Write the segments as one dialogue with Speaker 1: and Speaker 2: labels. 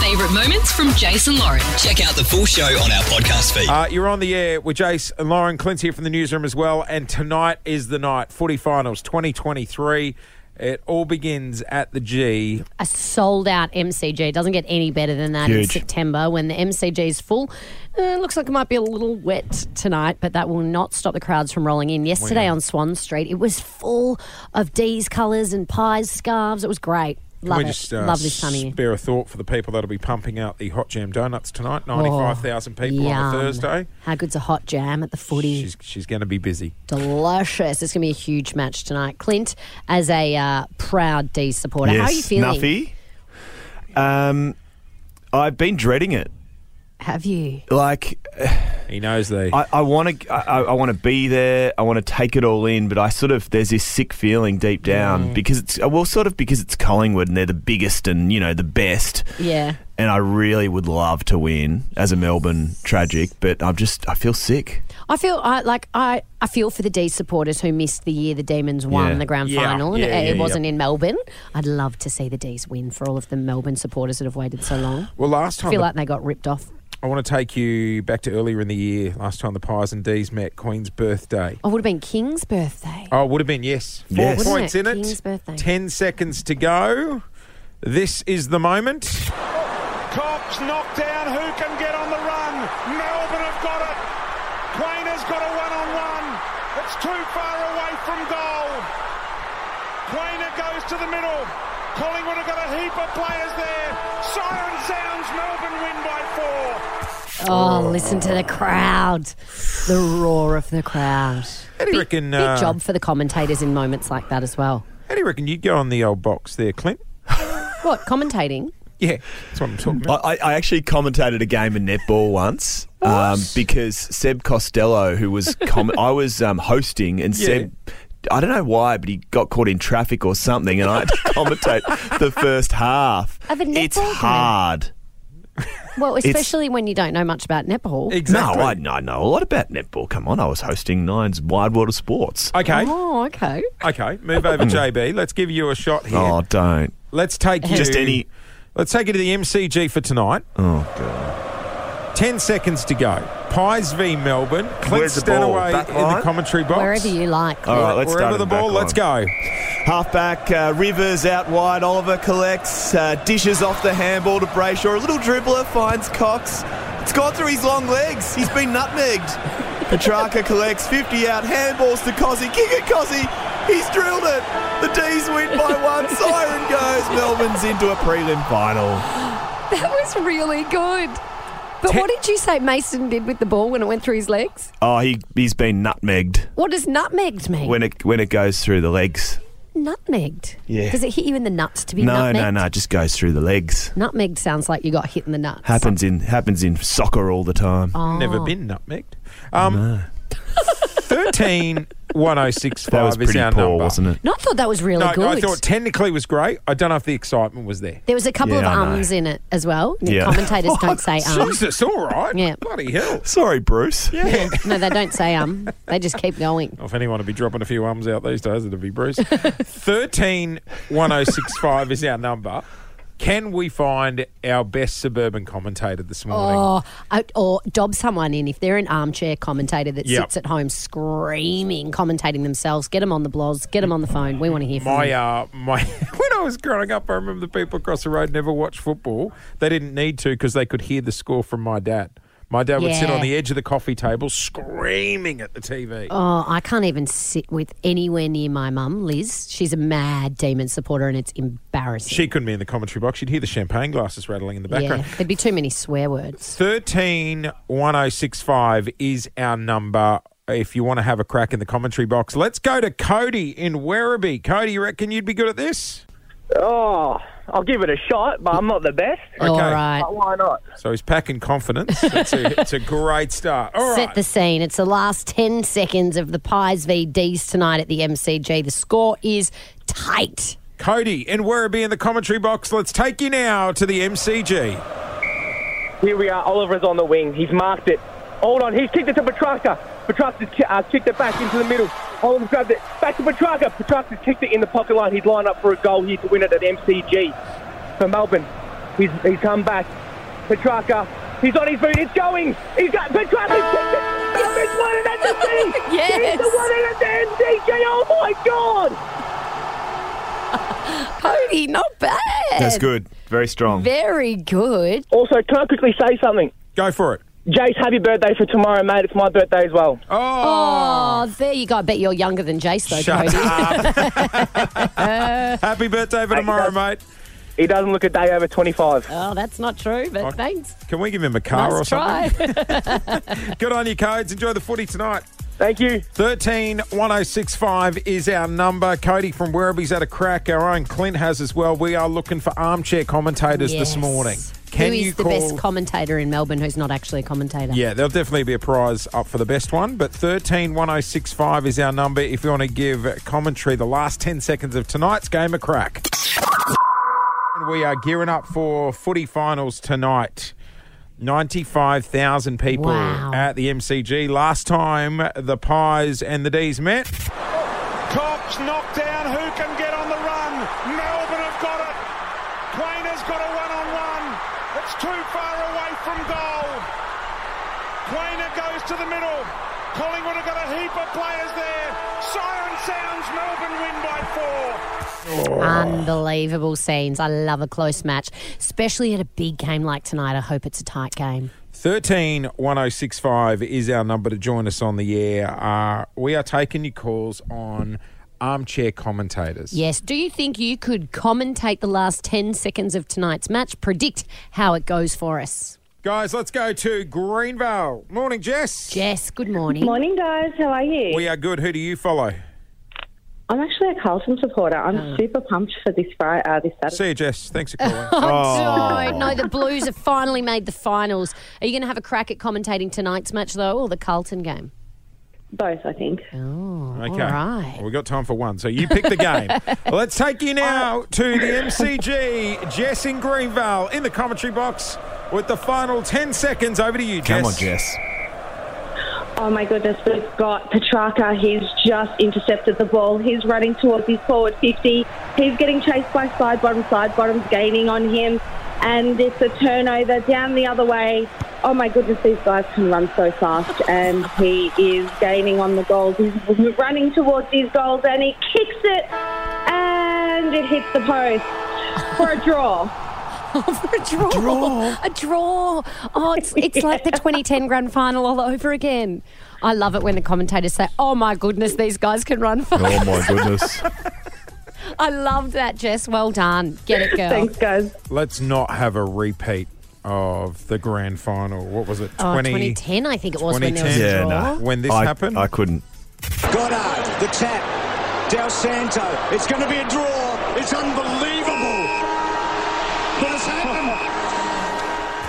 Speaker 1: favourite moments from Jason Lauren.
Speaker 2: Check out the full show on our podcast feed.
Speaker 3: Uh, you're on the air with Jace and Lauren Clint's here from the newsroom as well. And tonight is the night. Footy Finals 2023. It all begins at the G.
Speaker 4: a sold out MCG. It doesn't get any better than that in
Speaker 5: Huge.
Speaker 4: September when the MCG is full. Uh, looks like it might be a little wet tonight, but that will not stop the crowds from rolling in. Yesterday on Swan Street, it was full of D's colours and pies, scarves. It was great. Love
Speaker 3: we
Speaker 4: it.
Speaker 3: just uh,
Speaker 4: Love this time of year.
Speaker 3: spare a thought for the people that'll be pumping out the hot jam donuts tonight. Ninety-five thousand people on
Speaker 4: Oh, Yum.
Speaker 3: a Thursday.
Speaker 4: How good's a hot jam at the footy?
Speaker 3: She's she's going to be busy.
Speaker 4: Delicious. It's going to be a huge match tonight. Clint, as a uh, proud D supporter, how are you feeling?
Speaker 5: Nuffy. Um, I've been dreading it.
Speaker 4: Have you?
Speaker 5: Like
Speaker 3: He knows the.
Speaker 5: I, I want to, I, I want to be there. I want to take it all in, but I sort of there's this sick feeling deep down because it's uh, well, sort of because it's Collingwood and they're the biggest and you know the best.
Speaker 4: Yeah.
Speaker 5: And I really would love to win as a Melbourne tragic, but I'm just I feel sick.
Speaker 4: I feel I like I, I feel for the D supporters who missed the year the Demons won
Speaker 5: Yeah.
Speaker 4: the grand
Speaker 3: Yeah.
Speaker 4: final and
Speaker 3: Yeah,
Speaker 4: it,
Speaker 3: yeah,
Speaker 4: it
Speaker 3: yeah.
Speaker 4: wasn't in Melbourne. I'd love to see the D's win for all of the Melbourne supporters that have waited so long.
Speaker 3: well, last
Speaker 4: I
Speaker 3: time
Speaker 4: feel
Speaker 3: the-
Speaker 4: like they got ripped off.
Speaker 3: I want to take you back to earlier in the year. Last time the Pies and D's met, Queen's birthday.
Speaker 4: Oh, would have been King's birthday.
Speaker 3: Oh, it would have been yes. Four
Speaker 5: Yes. Wouldn't
Speaker 3: points in
Speaker 4: it?
Speaker 3: it.
Speaker 4: King's birthday.
Speaker 3: Ten seconds to go. This is the moment.
Speaker 6: Cox knocked down. Who can get on the run? Melbourne have got it. Queen has got a one-on-one. It's too far away from goal. Queen goes to the middle. Collingwood have got a heap of players there. Siren sounds. Melbourne win by four.
Speaker 4: Oh, listen to the crowd. The roar of the crowd.
Speaker 3: How do you reckon?
Speaker 4: Big
Speaker 3: uh,
Speaker 4: job for the commentators in moments like that as well.
Speaker 3: How do you reckon you'd go on the old box there, Clint?
Speaker 4: What, commentating?
Speaker 3: Yeah, that's what I'm talking about.
Speaker 5: I, I actually commentated a game of netball once um, because Seb Costello, who was com- I was um, hosting, and
Speaker 3: Yeah.
Speaker 5: Seb. I don't know why, but he got caught in traffic or something, and I had to commentate the first half.
Speaker 4: Of a
Speaker 5: it's
Speaker 4: netball game?
Speaker 5: hard.
Speaker 4: Well, especially when you don't know much about netball.
Speaker 3: exactly.
Speaker 5: No, I, I know a lot about netball. Come on, I was hosting Nine's Wide World of Sports.
Speaker 3: okay,
Speaker 4: Oh, okay.
Speaker 3: okay. Move over, JB. Let's give you a shot here.
Speaker 5: Oh, don't.
Speaker 3: Let's take you.
Speaker 5: Just any-
Speaker 3: Let's take you to the MCG for tonight.
Speaker 5: Oh, God.
Speaker 3: Ten seconds to go. Pies v Melbourne. Clint
Speaker 5: Where's the ball?
Speaker 3: Stanaway
Speaker 5: Back
Speaker 3: in
Speaker 5: line?
Speaker 3: the commentary box.
Speaker 4: Wherever you like.
Speaker 5: All right, let's
Speaker 3: Wherever
Speaker 5: start at
Speaker 3: the
Speaker 5: back
Speaker 3: ball, let's
Speaker 5: line.
Speaker 3: go.
Speaker 5: Halfback uh, Rivers out wide. Oliver collects, uh, dishes off the handball to Brayshaw. A little dribbler finds Cox. It's gone through his long legs. He's been nutmegged. Petrarca collects 50 out. Handballs to Cozzy. Kick it, Cozzy. He's drilled it. The D's win by one. Siren goes. Melbourne's into a prelim final.
Speaker 4: That was really good. But what did you say Mason did with the ball when it went through his legs?
Speaker 5: Oh, he, he's been nutmegged
Speaker 4: What does nutmegged mean?
Speaker 5: when it, when it goes through the legs.
Speaker 4: nutmegged.
Speaker 5: Yeah.
Speaker 4: Does it hit you in the nuts to be
Speaker 5: No,
Speaker 4: nutmegged?
Speaker 5: no, no. It just goes through the legs.
Speaker 4: Nutmegged sounds like you got hit in the nuts.
Speaker 5: Happens in, happens in soccer all the time.
Speaker 4: Oh.
Speaker 3: Never been nutmegged. Um, 13
Speaker 5: That was
Speaker 3: 1065 is
Speaker 5: pretty
Speaker 3: our
Speaker 5: poor,
Speaker 3: number.
Speaker 5: wasn't it?
Speaker 4: No, I thought that was really
Speaker 3: No,
Speaker 4: good.
Speaker 3: I thought technically was great. I don't know if the excitement was there.
Speaker 4: there was a couple
Speaker 5: Yeah, I
Speaker 4: of
Speaker 5: know.
Speaker 4: ums in it as well. The
Speaker 5: Yeah.
Speaker 4: commentators don't say um.
Speaker 3: Jesus, all right.
Speaker 4: Yeah.
Speaker 3: Bloody hell.
Speaker 5: Sorry, Bruce.
Speaker 3: Yeah.
Speaker 4: No, they don't say um. They just keep going.
Speaker 3: If anyone would be dropping a few ums out these days, it'd be Bruce. 131065 is our number. Can we find our best suburban commentator this morning?
Speaker 4: Or, uh, or dob someone in if they're an armchair commentator that
Speaker 3: Yep.
Speaker 4: sits at home screaming, commentating themselves. Get them on the blogs. Get them on the phone. We want to hear from
Speaker 3: My,
Speaker 4: you.
Speaker 3: uh, my, when I was growing up, I remember the people across the road never watched football. They didn't need to because they could hear the score from my dad. My dad would sit
Speaker 4: Yeah.
Speaker 3: on the edge of the coffee table screaming at the TV.
Speaker 4: Oh, I can't even sit with anywhere near my mum, Liz. She's a mad demon supporter, and it's embarrassing.
Speaker 3: She couldn't be in the commentary box. You'd hear the champagne glasses rattling in the
Speaker 4: yeah,
Speaker 3: background.
Speaker 4: there'd be too many swear words.
Speaker 3: Thirteen one zero six five is our number. If you want to have a crack in the commentary box, let's go to Cody in Werribee. Cody, you reckon you'd be good at this?
Speaker 7: Oh, I'll give it a shot, but I'm not the best.
Speaker 4: All right.
Speaker 7: But Oh, why not?
Speaker 3: So he's packing confidence. It's a, it's a great start. All right.
Speaker 4: Set the scene. It's the last 10 seconds of the Pies v Ds tonight at the MCG. The score is tight.
Speaker 3: Cody and Werribee in the commentary box. Let's take you now to the MCG.
Speaker 7: Here we are. Oliver's on the wing. He's marked it. Hold on. He's kicked it to Petrarca. Petrarca's ki- uh, kicked it back into the middle. Oliver's grabbed it. Back to Petrarca. Petrarca's kicked it in the pocket line. He'd line up for a goal here to win it at MCG for Melbourne. He's, he's come back. Petrarca. He's on his feet. It's going. He's got Petrarca. kicked it. He's won it at the sea.
Speaker 4: Yes.
Speaker 7: He's the one at the MCG. Oh my God.
Speaker 4: Cody, not bad.
Speaker 5: That's good. Very strong.
Speaker 4: Very good.
Speaker 7: Also, can I quickly say something?
Speaker 3: Go for it.
Speaker 7: Jace, happy birthday for tomorrow, mate. It's my birthday as well.
Speaker 3: Oh,
Speaker 4: Oh, there you go. I bet you're younger than Jace, though,
Speaker 3: shut
Speaker 4: Cody.
Speaker 3: up.
Speaker 4: Oh.
Speaker 3: Happy birthday for tomorrow, mate.
Speaker 7: He doesn't look a day over 25.
Speaker 4: Oh, that's not true, but thanks.
Speaker 3: Can we give him a car or
Speaker 4: nice
Speaker 3: something?
Speaker 4: try.
Speaker 3: Good on you, codes. Enjoy the footy tonight.
Speaker 7: Thank you.
Speaker 3: 13 1065 is our number. Cody from Werribee's had a crack. Our own Clint has as well. We are looking for armchair commentators this
Speaker 4: Yes.
Speaker 3: morning.
Speaker 4: Who is the best commentator in Melbourne who's not actually a commentator?
Speaker 3: Yeah, there'll definitely be a prize up for the best one. But 131065 is our number if you want to give commentary the last 10 seconds of tonight's game of crack. And we are gearing up for footy finals tonight. 95,000 people
Speaker 4: Wow.
Speaker 3: at the MCG. Last time the Pies and the D's met.
Speaker 6: Cox knocked down. Who can get on the run? Melbourne have got it. Quain has got a one-on-one. It's too far away from goal. Quainer goes to the middle. Collingwood have got a heap of players there. Siren sounds. Melbourne win by four.
Speaker 4: Unbelievable scenes. I love a close match, especially at a big game like tonight. I hope it's a tight game.
Speaker 3: 13 1065 is our number to join us on the air. Uh, we are taking your calls on armchair commentators.
Speaker 4: Yes. Do you think you could commentate the last 10 seconds of tonight's match? Predict how it goes for us.
Speaker 3: Guys, let's go to Greenvale. Morning, Jess.
Speaker 4: Jess, good morning.
Speaker 1: Morning, guys. How are you?
Speaker 3: We are good. Who do you follow?
Speaker 1: I'm actually a Carlton supporter. I'm super pumped for this Friday, uh, this Saturday.
Speaker 3: See you, Jess. Thanks for calling.
Speaker 4: Oh, no, no, the Blues have finally made the finals. Are you going to have a crack at commentating tonight's match, though, or the Carlton game?
Speaker 1: Both, I think.
Speaker 3: okay.
Speaker 4: All right.
Speaker 3: Well, we've got time for one, so you pick the game. let's take you now to the MCG. Jess in Greenvale in the commentary box with the final 10 seconds. Over to you, Jess.
Speaker 5: Come on, Jess.
Speaker 1: Oh my goodness, we've got Petrarca. He's just intercepted the ball. He's running towards his forward 50. He's getting chased by side bottom. Side bottom's gaining on him. And it's a turnover down the other way. Oh my goodness, these guys can run so fast. And he is gaining on the goals. He's running towards his goals and he kicks it. And it hits the post for a draw.
Speaker 4: for a draw. A draw. Oh, it's, it's like the 2010 grand final all over again. I love it when the commentators say, oh my goodness, these guys can run fast.
Speaker 5: Oh, my goodness.
Speaker 4: I love that, Jess. Well done. Get it, girl.
Speaker 1: Thanks, guys.
Speaker 3: Let's not have a repeat of the grand final. What was it?
Speaker 4: Oh,
Speaker 3: 20
Speaker 4: 2010, I think it was when there was
Speaker 3: 2010.
Speaker 4: a
Speaker 5: yeah,
Speaker 4: draw.
Speaker 5: nah.
Speaker 3: When this
Speaker 5: I-
Speaker 3: happened?
Speaker 5: I couldn't.
Speaker 8: Goddard, the tap. Del Santo. It's going to be a draw. It's unbelievable. What has happened?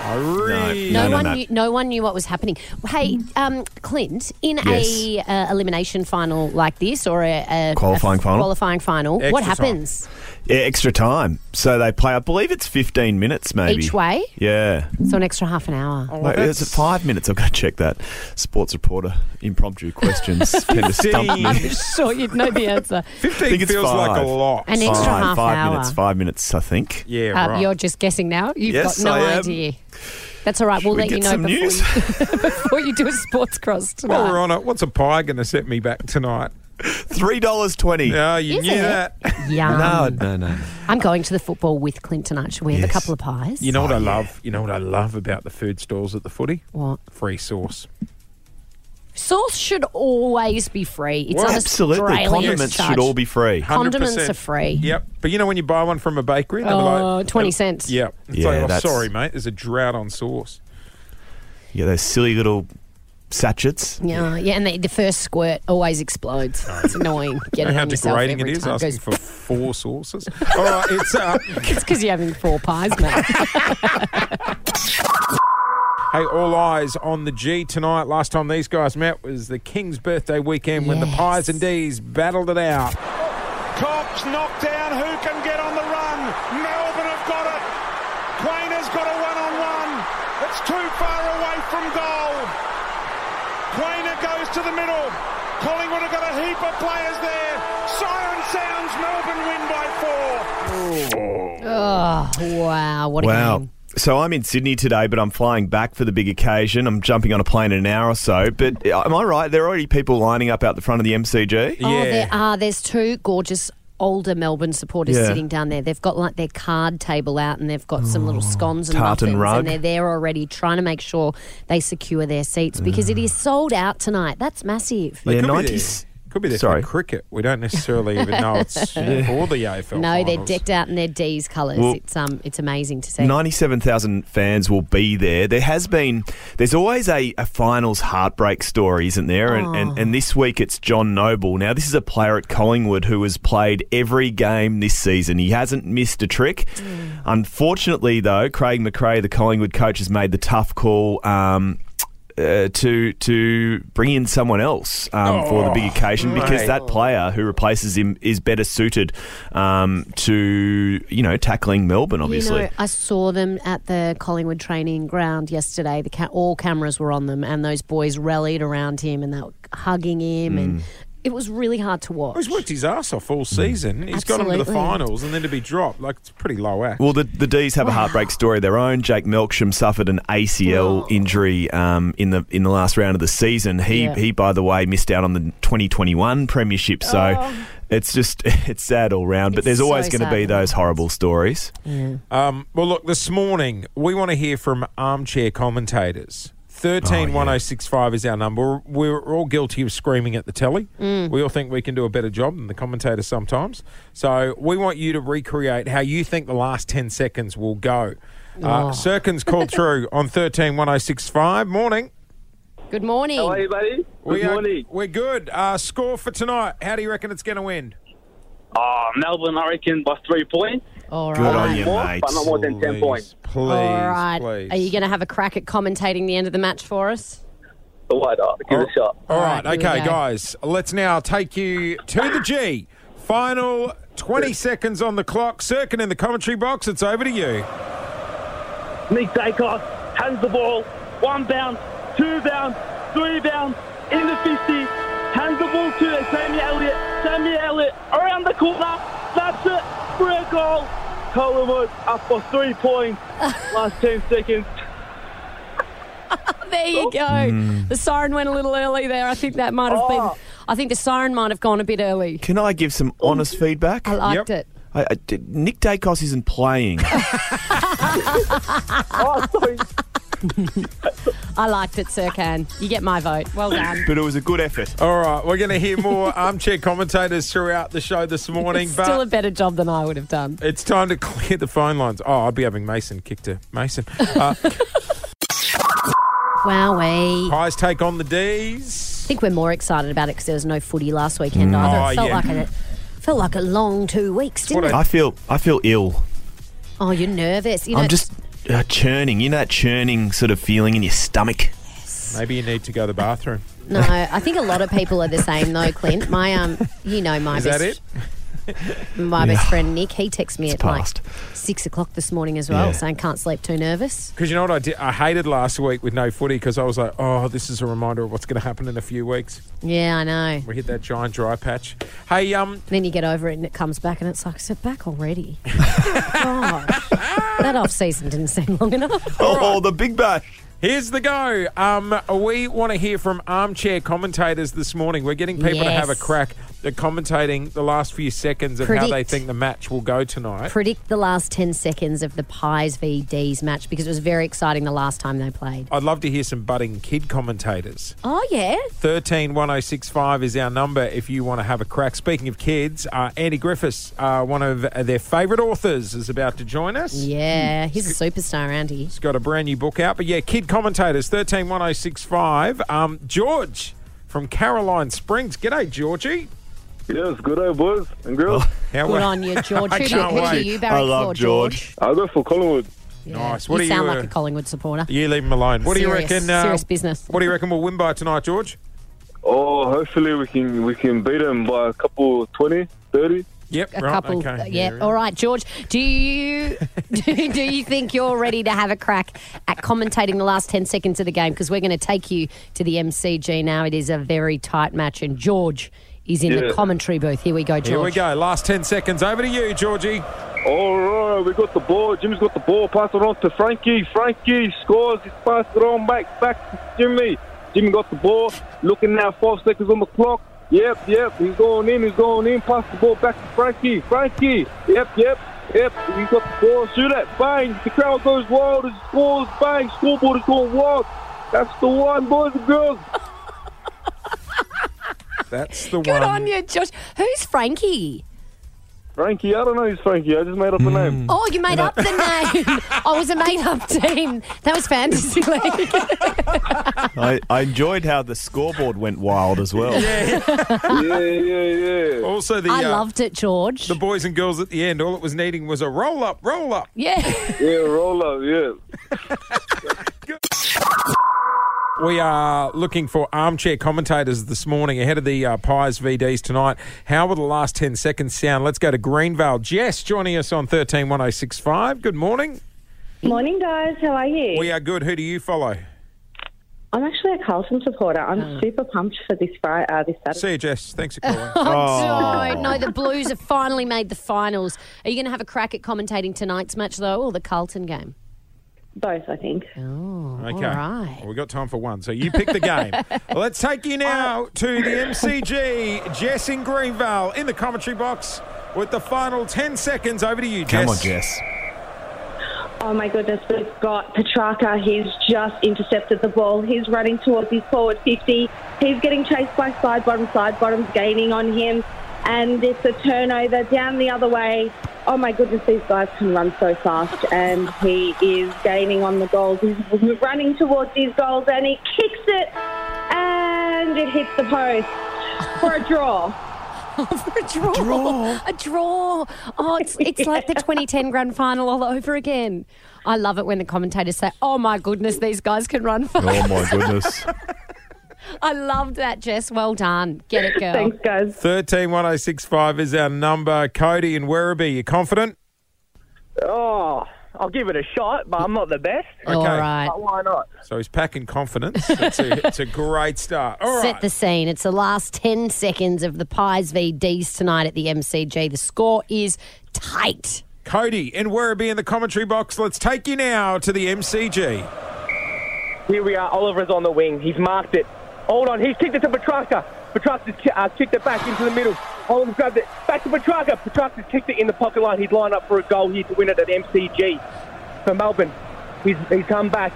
Speaker 3: I really
Speaker 4: No,
Speaker 5: No, no,
Speaker 4: one
Speaker 5: no.
Speaker 4: Knew, no one knew what was happening. Hey, um, Clint, in a
Speaker 5: Yes.
Speaker 4: uh, elimination final like this or a, a
Speaker 5: Qualifying
Speaker 4: a
Speaker 5: final?
Speaker 4: qualifying final,
Speaker 3: Extra
Speaker 4: what
Speaker 3: time.
Speaker 4: happens?
Speaker 5: Yeah, extra time. So they play. I believe it's fifteen minutes, maybe
Speaker 4: Each way?
Speaker 5: Yeah,
Speaker 4: So an extra half an hour.
Speaker 3: Oh,
Speaker 5: Wait, is it
Speaker 3: that's-
Speaker 5: five minutes? I've got to check that. Sports reporter, impromptu questions tend to stump me.
Speaker 3: Fifteen.
Speaker 4: I'm sure you'd know the answer.
Speaker 3: 15
Speaker 5: think it's
Speaker 3: feels like
Speaker 5: five.
Speaker 3: a lot.
Speaker 4: An extra
Speaker 5: five,
Speaker 4: half
Speaker 5: five
Speaker 4: hour.
Speaker 5: minutes. Five minutes, I think.
Speaker 3: yeah,
Speaker 4: Uh,
Speaker 3: right.
Speaker 4: You're just guessing now. You've
Speaker 5: Yes,
Speaker 4: got no
Speaker 5: I am.
Speaker 4: idea. That's all right. we'll
Speaker 5: we
Speaker 4: let you
Speaker 5: get
Speaker 4: know
Speaker 5: some
Speaker 4: before,
Speaker 5: news?
Speaker 4: You, before you do a sports cross tonight.
Speaker 3: While we're on it, what's a pie going to set me back tonight?
Speaker 5: Three dollars twenty.
Speaker 3: Oh, you
Speaker 4: Is
Speaker 3: knew
Speaker 4: it?
Speaker 3: that.
Speaker 4: Yum.
Speaker 5: No, no, no. no.
Speaker 4: I'm going to the football with Clint tonight. Should we have a
Speaker 5: Yes.
Speaker 4: couple of pies?
Speaker 3: You know what I love? You know what I love about the food stalls at the footy?
Speaker 4: What?
Speaker 3: Free sauce.
Speaker 4: Sauce should always be free. It's
Speaker 3: Well,
Speaker 4: an
Speaker 5: Absolutely,
Speaker 4: Australian
Speaker 5: condiments
Speaker 4: charge.
Speaker 5: should all be free.
Speaker 3: 100%.
Speaker 4: Condiments are free.
Speaker 3: Yep. But you know when you buy one from a bakery? they'll be
Speaker 4: Oh, 20 cents.
Speaker 3: Yep. It's
Speaker 5: Yeah,
Speaker 3: like, oh,
Speaker 5: that's-
Speaker 3: sorry, mate. There's a drought on sauce.
Speaker 5: Yeah, those silly little sachets.
Speaker 4: Yeah, yeah, and the, the first squirt always explodes. It's annoying.
Speaker 3: You
Speaker 4: Get it
Speaker 3: know how
Speaker 4: on yourself
Speaker 3: degrading it
Speaker 4: every
Speaker 3: is
Speaker 4: time.
Speaker 3: asking
Speaker 4: Goes,
Speaker 3: for four sauces? All right, it's. Uh,
Speaker 4: it's because you're having four pies, mate.
Speaker 3: Hey, all eyes on the G tonight. Last time these guys met was the King's birthday weekend when the
Speaker 4: Yes.
Speaker 3: Pies and D's battled it out.
Speaker 6: Cox knocked down. Who can get on the run? Melbourne have got it. Quain has got a one-on-one. It's too far away from goal. Quainer goes to the middle. Collingwood have got a heap of players there. Siren sounds. Melbourne win by four.
Speaker 4: oh, wow. What a
Speaker 5: Wow.
Speaker 4: game.
Speaker 5: So I'm in Sydney today, but I'm flying back for the big occasion. I'm jumping on a plane in an hour or so. But uh, am I right? There are already people lining up out the front of the MCG.
Speaker 4: Oh,
Speaker 3: Yeah.
Speaker 4: there are. There's two gorgeous older Melbourne supporters
Speaker 5: Yeah.
Speaker 4: sitting down there. They've got like their card table out and they've got some little scones and
Speaker 5: tartan
Speaker 4: muffins,
Speaker 5: rug.
Speaker 4: and they're there already trying to make sure they secure their seats because it is sold out tonight. That's massive.
Speaker 3: could
Speaker 5: yeah,
Speaker 3: Be
Speaker 5: 90s.
Speaker 3: there. Could be there
Speaker 5: Sorry.
Speaker 3: for cricket. We don't necessarily even know it's for the AFL.
Speaker 4: No, they're
Speaker 3: finals.
Speaker 4: decked out in their D's colours.
Speaker 5: Well-
Speaker 4: it's um, it's amazing to see.
Speaker 5: 97,000 fans will be there. There has been, there's always a, a finals heartbreak story, isn't there? And,
Speaker 4: Oh.
Speaker 5: and, and this week it's John Noble. Now, this is a player at Collingwood who has played every game this season. He hasn't missed a trick.
Speaker 4: Mm.
Speaker 5: Unfortunately, though, Craig McRae, the Collingwood coach, has made the tough call. Um, uh, to to bring in someone else um, for the big
Speaker 4: Oh.
Speaker 5: occasion because
Speaker 3: mate.
Speaker 5: that player who replaces him is better suited um, to you know tackling Melbourne obviously.
Speaker 4: You know, I saw them at the Collingwood training ground yesterday. The ca- all cameras were on them, and those boys rallied around him and they were hugging him, and it was really hard to watch.
Speaker 3: Well, He's worked his ass off all season. He's got him to the
Speaker 4: Absolutely.
Speaker 3: finals and then to be dropped, like it's pretty low act.
Speaker 5: Well, the, the D's have a heartbreak story of their own. Jake Melksham suffered an ACL
Speaker 4: Oh.
Speaker 5: injury um, in the in the last round of the season. He
Speaker 4: Yeah.
Speaker 5: he, by the way, missed out on the 2021 Premiership. So it's just it's sad all round.
Speaker 4: Oh. It's
Speaker 5: But there's
Speaker 4: so
Speaker 5: always going to
Speaker 4: sad
Speaker 5: be
Speaker 4: all
Speaker 5: those
Speaker 4: round.
Speaker 5: horrible stories.
Speaker 3: Um, well, look, this morning we want to hear from armchair commentators. Oh, 131065 is our number. We're we're all guilty of screaming at the telly. We all think we can do a better job than the commentator sometimes. So we want you to recreate how you think the last 10 seconds will go. Uh, Cirkin's called through on 131065. Morning.
Speaker 4: Good morning.
Speaker 7: How are you, buddy?
Speaker 3: We
Speaker 7: Good
Speaker 3: are-
Speaker 7: morning.
Speaker 3: we're good. Uh, score for tonight. How do you reckon it's going to end?
Speaker 7: Oh, Melbourne, I reckon, by three points.
Speaker 4: All
Speaker 5: Good on
Speaker 4: right.
Speaker 5: you,
Speaker 7: More,
Speaker 5: mate.
Speaker 7: but not more than 10 points.
Speaker 3: Please,
Speaker 4: All right.
Speaker 3: please.
Speaker 4: Are you going to have a crack at commentating the end of the match for us?
Speaker 7: But why not? Give it a shot.
Speaker 3: All
Speaker 4: All
Speaker 3: right,
Speaker 4: right, here we
Speaker 3: okay,
Speaker 4: go.
Speaker 3: guys. Let's now take you to the G. Final 20 seconds on the clock. Circuit in the commentary box. It's over to you.
Speaker 7: Nick Dacos hands the ball. One bound, two bound, three bound, in the 50. Hands the ball to Sammy Elliott. Sammy Elliott around the corner. That's it for a goal. Collingwood up for three points. Last 10 seconds.
Speaker 4: There you go.
Speaker 3: Hmm.
Speaker 4: The siren went a little early there. I think that might have
Speaker 3: Oh.
Speaker 4: been. I think the siren might have gone a bit early.
Speaker 5: Can I give some honest feedback?
Speaker 4: I liked
Speaker 3: Yep.
Speaker 4: it.
Speaker 5: I, I- d- Nick Dacos isn't playing.
Speaker 7: Oh, sorry.
Speaker 4: I liked it, Sircan. You get my vote. Well done.
Speaker 5: But it was a good effort.
Speaker 3: All right, we're going to hear more armchair commentators throughout the show this morning, but
Speaker 4: Still a better job than I would have done.
Speaker 3: it's time to clear the phone lines. Oh, I'd be having Mason kick to Mason. Uh,
Speaker 4: Wowee.
Speaker 3: Pies take on the
Speaker 4: I
Speaker 3: D's.
Speaker 4: think we're more excited about it because there was no footy last weekend either.
Speaker 3: Oh,
Speaker 4: It felt
Speaker 3: yeah.
Speaker 4: like a felt like a long two weeks, didn't
Speaker 3: What
Speaker 4: it?
Speaker 3: a-
Speaker 5: I feel I feel ill.
Speaker 4: oh, you're nervous. You know,
Speaker 5: I'm just uh, churning. You know that churning sort of feeling in your stomach.
Speaker 3: Maybe you need to go to the bathroom.
Speaker 4: no. I think a lot of people are the same though, Clint. My um, you know my
Speaker 3: Is
Speaker 4: best
Speaker 3: that it?
Speaker 4: my best friend Nick. He texts me
Speaker 5: It's
Speaker 4: at
Speaker 5: past.
Speaker 4: like six o'clock this morning as well,
Speaker 5: Yeah.
Speaker 4: saying can't sleep, too nervous.
Speaker 3: Because you know what I did? I hated last week with no footy because I was like, oh, this is a reminder of what's going to happen in a few weeks.
Speaker 4: Yeah, I know.
Speaker 3: We hit that giant dry patch. Hey, um,
Speaker 4: Then you get over it and it comes back and it's like, is it back already? Gosh. That off season didn't seem long enough.
Speaker 5: Oh, the big bash.
Speaker 3: Here's the go. Um, we want to hear from armchair commentators this morning. We're getting people to have a
Speaker 4: Yes.
Speaker 3: crack at commentating the last few seconds of how they
Speaker 4: Predict.
Speaker 3: think the match will go tonight.
Speaker 4: Predict the last 10 seconds of the Pies v D's match because it was very exciting the last time they played.
Speaker 3: I'd love to hear some budding kid commentators.
Speaker 4: Oh, yeah.
Speaker 3: 131065 is our number if you want to have a crack. Speaking of kids, uh, Andy Griffiths, uh, one of their favourite authors, is about to join us.
Speaker 4: Yeah, he's a superstar, Andy.
Speaker 3: He's got a brand new book out. But yeah, kid commentators, 131065. Um, George from Caroline Springs. G'day, Georgie.
Speaker 9: Yes, good day, boys and girls.
Speaker 3: How
Speaker 4: Good
Speaker 3: are-
Speaker 4: on you, George.
Speaker 3: I
Speaker 4: Who do you,
Speaker 3: can't
Speaker 4: who do
Speaker 3: wait.
Speaker 4: you barrack
Speaker 5: I love
Speaker 4: for, George?
Speaker 9: I go for Collingwood.
Speaker 4: Yeah.
Speaker 3: Nice. What
Speaker 4: you
Speaker 3: do
Speaker 4: sound
Speaker 3: you,
Speaker 4: like
Speaker 3: uh,
Speaker 4: a Collingwood supporter.
Speaker 3: You leave him alone. What
Speaker 4: Serious-
Speaker 3: do you reckon? Uh,
Speaker 4: serious business.
Speaker 3: What do you reckon we'll win by tonight, George?
Speaker 9: Oh, hopefully we can we can beat them by a couple 20, 30.
Speaker 3: Yep.
Speaker 4: A
Speaker 3: right,
Speaker 4: couple,
Speaker 3: Okay.
Speaker 4: yeah. All right, George. Do you do, do you think you're ready to have a crack at commentating the last ten seconds of the game? Because we're going to take you to the MCG now. It is a very tight match, and George is in the
Speaker 9: Yeah.
Speaker 4: commentary booth. Here we go, George.
Speaker 3: Here we go. Last ten seconds. Over to you, Georgie.
Speaker 9: All right, we got the ball. Jimmy's got the ball. Pass it on to Frankie. Frankie scores. He's passed it on back, back to Jimmy. Jimmy got the ball. Looking now, five seconds on the clock. Yep, yep. He's going in. He's going in. Pass the ball back to Frankie. Frankie. Yep, yep, yep. He's got the ball. Shoot it. Bang. The crowd goes wild. It scores. Bang. Scoreboard is going wild. That's the one, boys and girls.
Speaker 3: That's the
Speaker 4: Good
Speaker 3: one.
Speaker 4: on you, Josh. Who's Frankie?
Speaker 9: Frankie. I don't know who's Frankie. I just made up a name.
Speaker 4: Oh, you made up the name. I was a made up team. That was fantasy league.
Speaker 5: I, I enjoyed how the scoreboard went wild as well.
Speaker 9: yeah, yeah, yeah.
Speaker 3: Also, the
Speaker 4: I
Speaker 3: uh,
Speaker 4: loved it, George.
Speaker 3: the boys and girls at the end. All it was needing was a roll up, roll up.
Speaker 4: yeah.
Speaker 9: Yeah, roll up. Yeah.
Speaker 3: We are looking for armchair commentators this morning ahead of the uh, Pies VDs tonight. How will the last 10 seconds sound? Let's go to Greenvale. Jess joining us on 131065. Good morning.
Speaker 1: Morning, guys. How are you?
Speaker 3: We are good. Who do you follow?
Speaker 1: I'm actually a Carlton supporter. I'm
Speaker 3: Ah.
Speaker 1: super pumped for this Friday, uh, this Saturday.
Speaker 3: See you, Jess. Thanks for calling.
Speaker 4: Oh, no, no, the Blues have finally made the finals. Are you going to have a crack at commentating tonight's match, though, or the Carlton game?
Speaker 1: Both, I think.
Speaker 3: Okay.
Speaker 4: Oh, All right.
Speaker 3: Well, we got time for one, so you pick the game. Well, Let's take you now to the MCG. Jess in Greenvale in the commentary box with the final 10 seconds. Over to you, Jess.
Speaker 5: Come on, Jess.
Speaker 1: Oh my goodness, we've got Petrarca. He's just intercepted the ball. He's running towards his forward 50. He's getting chased by side bottom, side bottom's gaining on him. And it's a turnover down the other way. Oh my goodness, these guys can run so fast. And he is gaining on the goals. He's running towards his goals and he kicks it and it hits the post for a draw.
Speaker 4: For a draw. A draw. Oh, it's, it's like the 2010 grand final all over again. I love it when the commentators say, oh, my goodness, these guys can run fast.
Speaker 5: Oh, my goodness.
Speaker 4: I loved that, Jess. Well done. Get it, girl.
Speaker 1: Thanks, guys.
Speaker 3: 131065 is our number. Cody and Werribee, you confident?
Speaker 7: Oh, I'll give it a shot, but I'm not the best.
Speaker 4: All
Speaker 3: Okay.
Speaker 4: right.
Speaker 7: Why not?
Speaker 3: So he's packing confidence. It's a, it's a great start. All
Speaker 4: Set
Speaker 3: right.
Speaker 4: the scene. It's the last 10 seconds of the Pies v Ds tonight at the MCG. The score is tight.
Speaker 3: Cody and Werribee in the commentary box. Let's take you now to the MCG.
Speaker 7: Here we are. Oliver's on the wing. He's marked it. Hold on. He's kicked it to Petrarca. Petrarca's ki- uh, kicked it back into the middle. Oliver's grabbed it. Back to Petrarca. Petrarca's kicked it in the pocket line. He'd line up for a goal here to win it at MCG for Melbourne. He's, he's come back.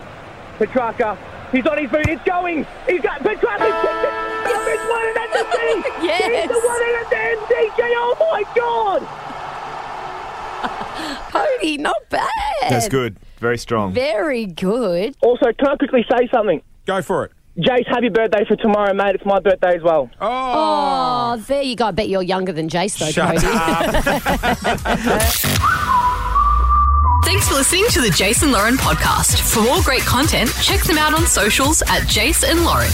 Speaker 7: Petrarca. He's on his boot. It's going. He's got Petrarca's kicked it. Melbourne's won it at the sea.
Speaker 4: Yes.
Speaker 7: He's the one at the MCG. Oh my God.
Speaker 4: Cody, not bad.
Speaker 5: That's good. Very strong.
Speaker 4: Very good.
Speaker 7: Also, can I quickly say something?
Speaker 3: Go for it.
Speaker 7: Jace, happy birthday for tomorrow, mate. It's my birthday as well.
Speaker 3: Oh,
Speaker 4: Oh, there you go. I bet you're younger than Jace, though,
Speaker 3: Shut
Speaker 4: Cody.
Speaker 10: Thanks for listening to the Jason Lauren podcast. For more great content, check them out on socials at Jason Lauren.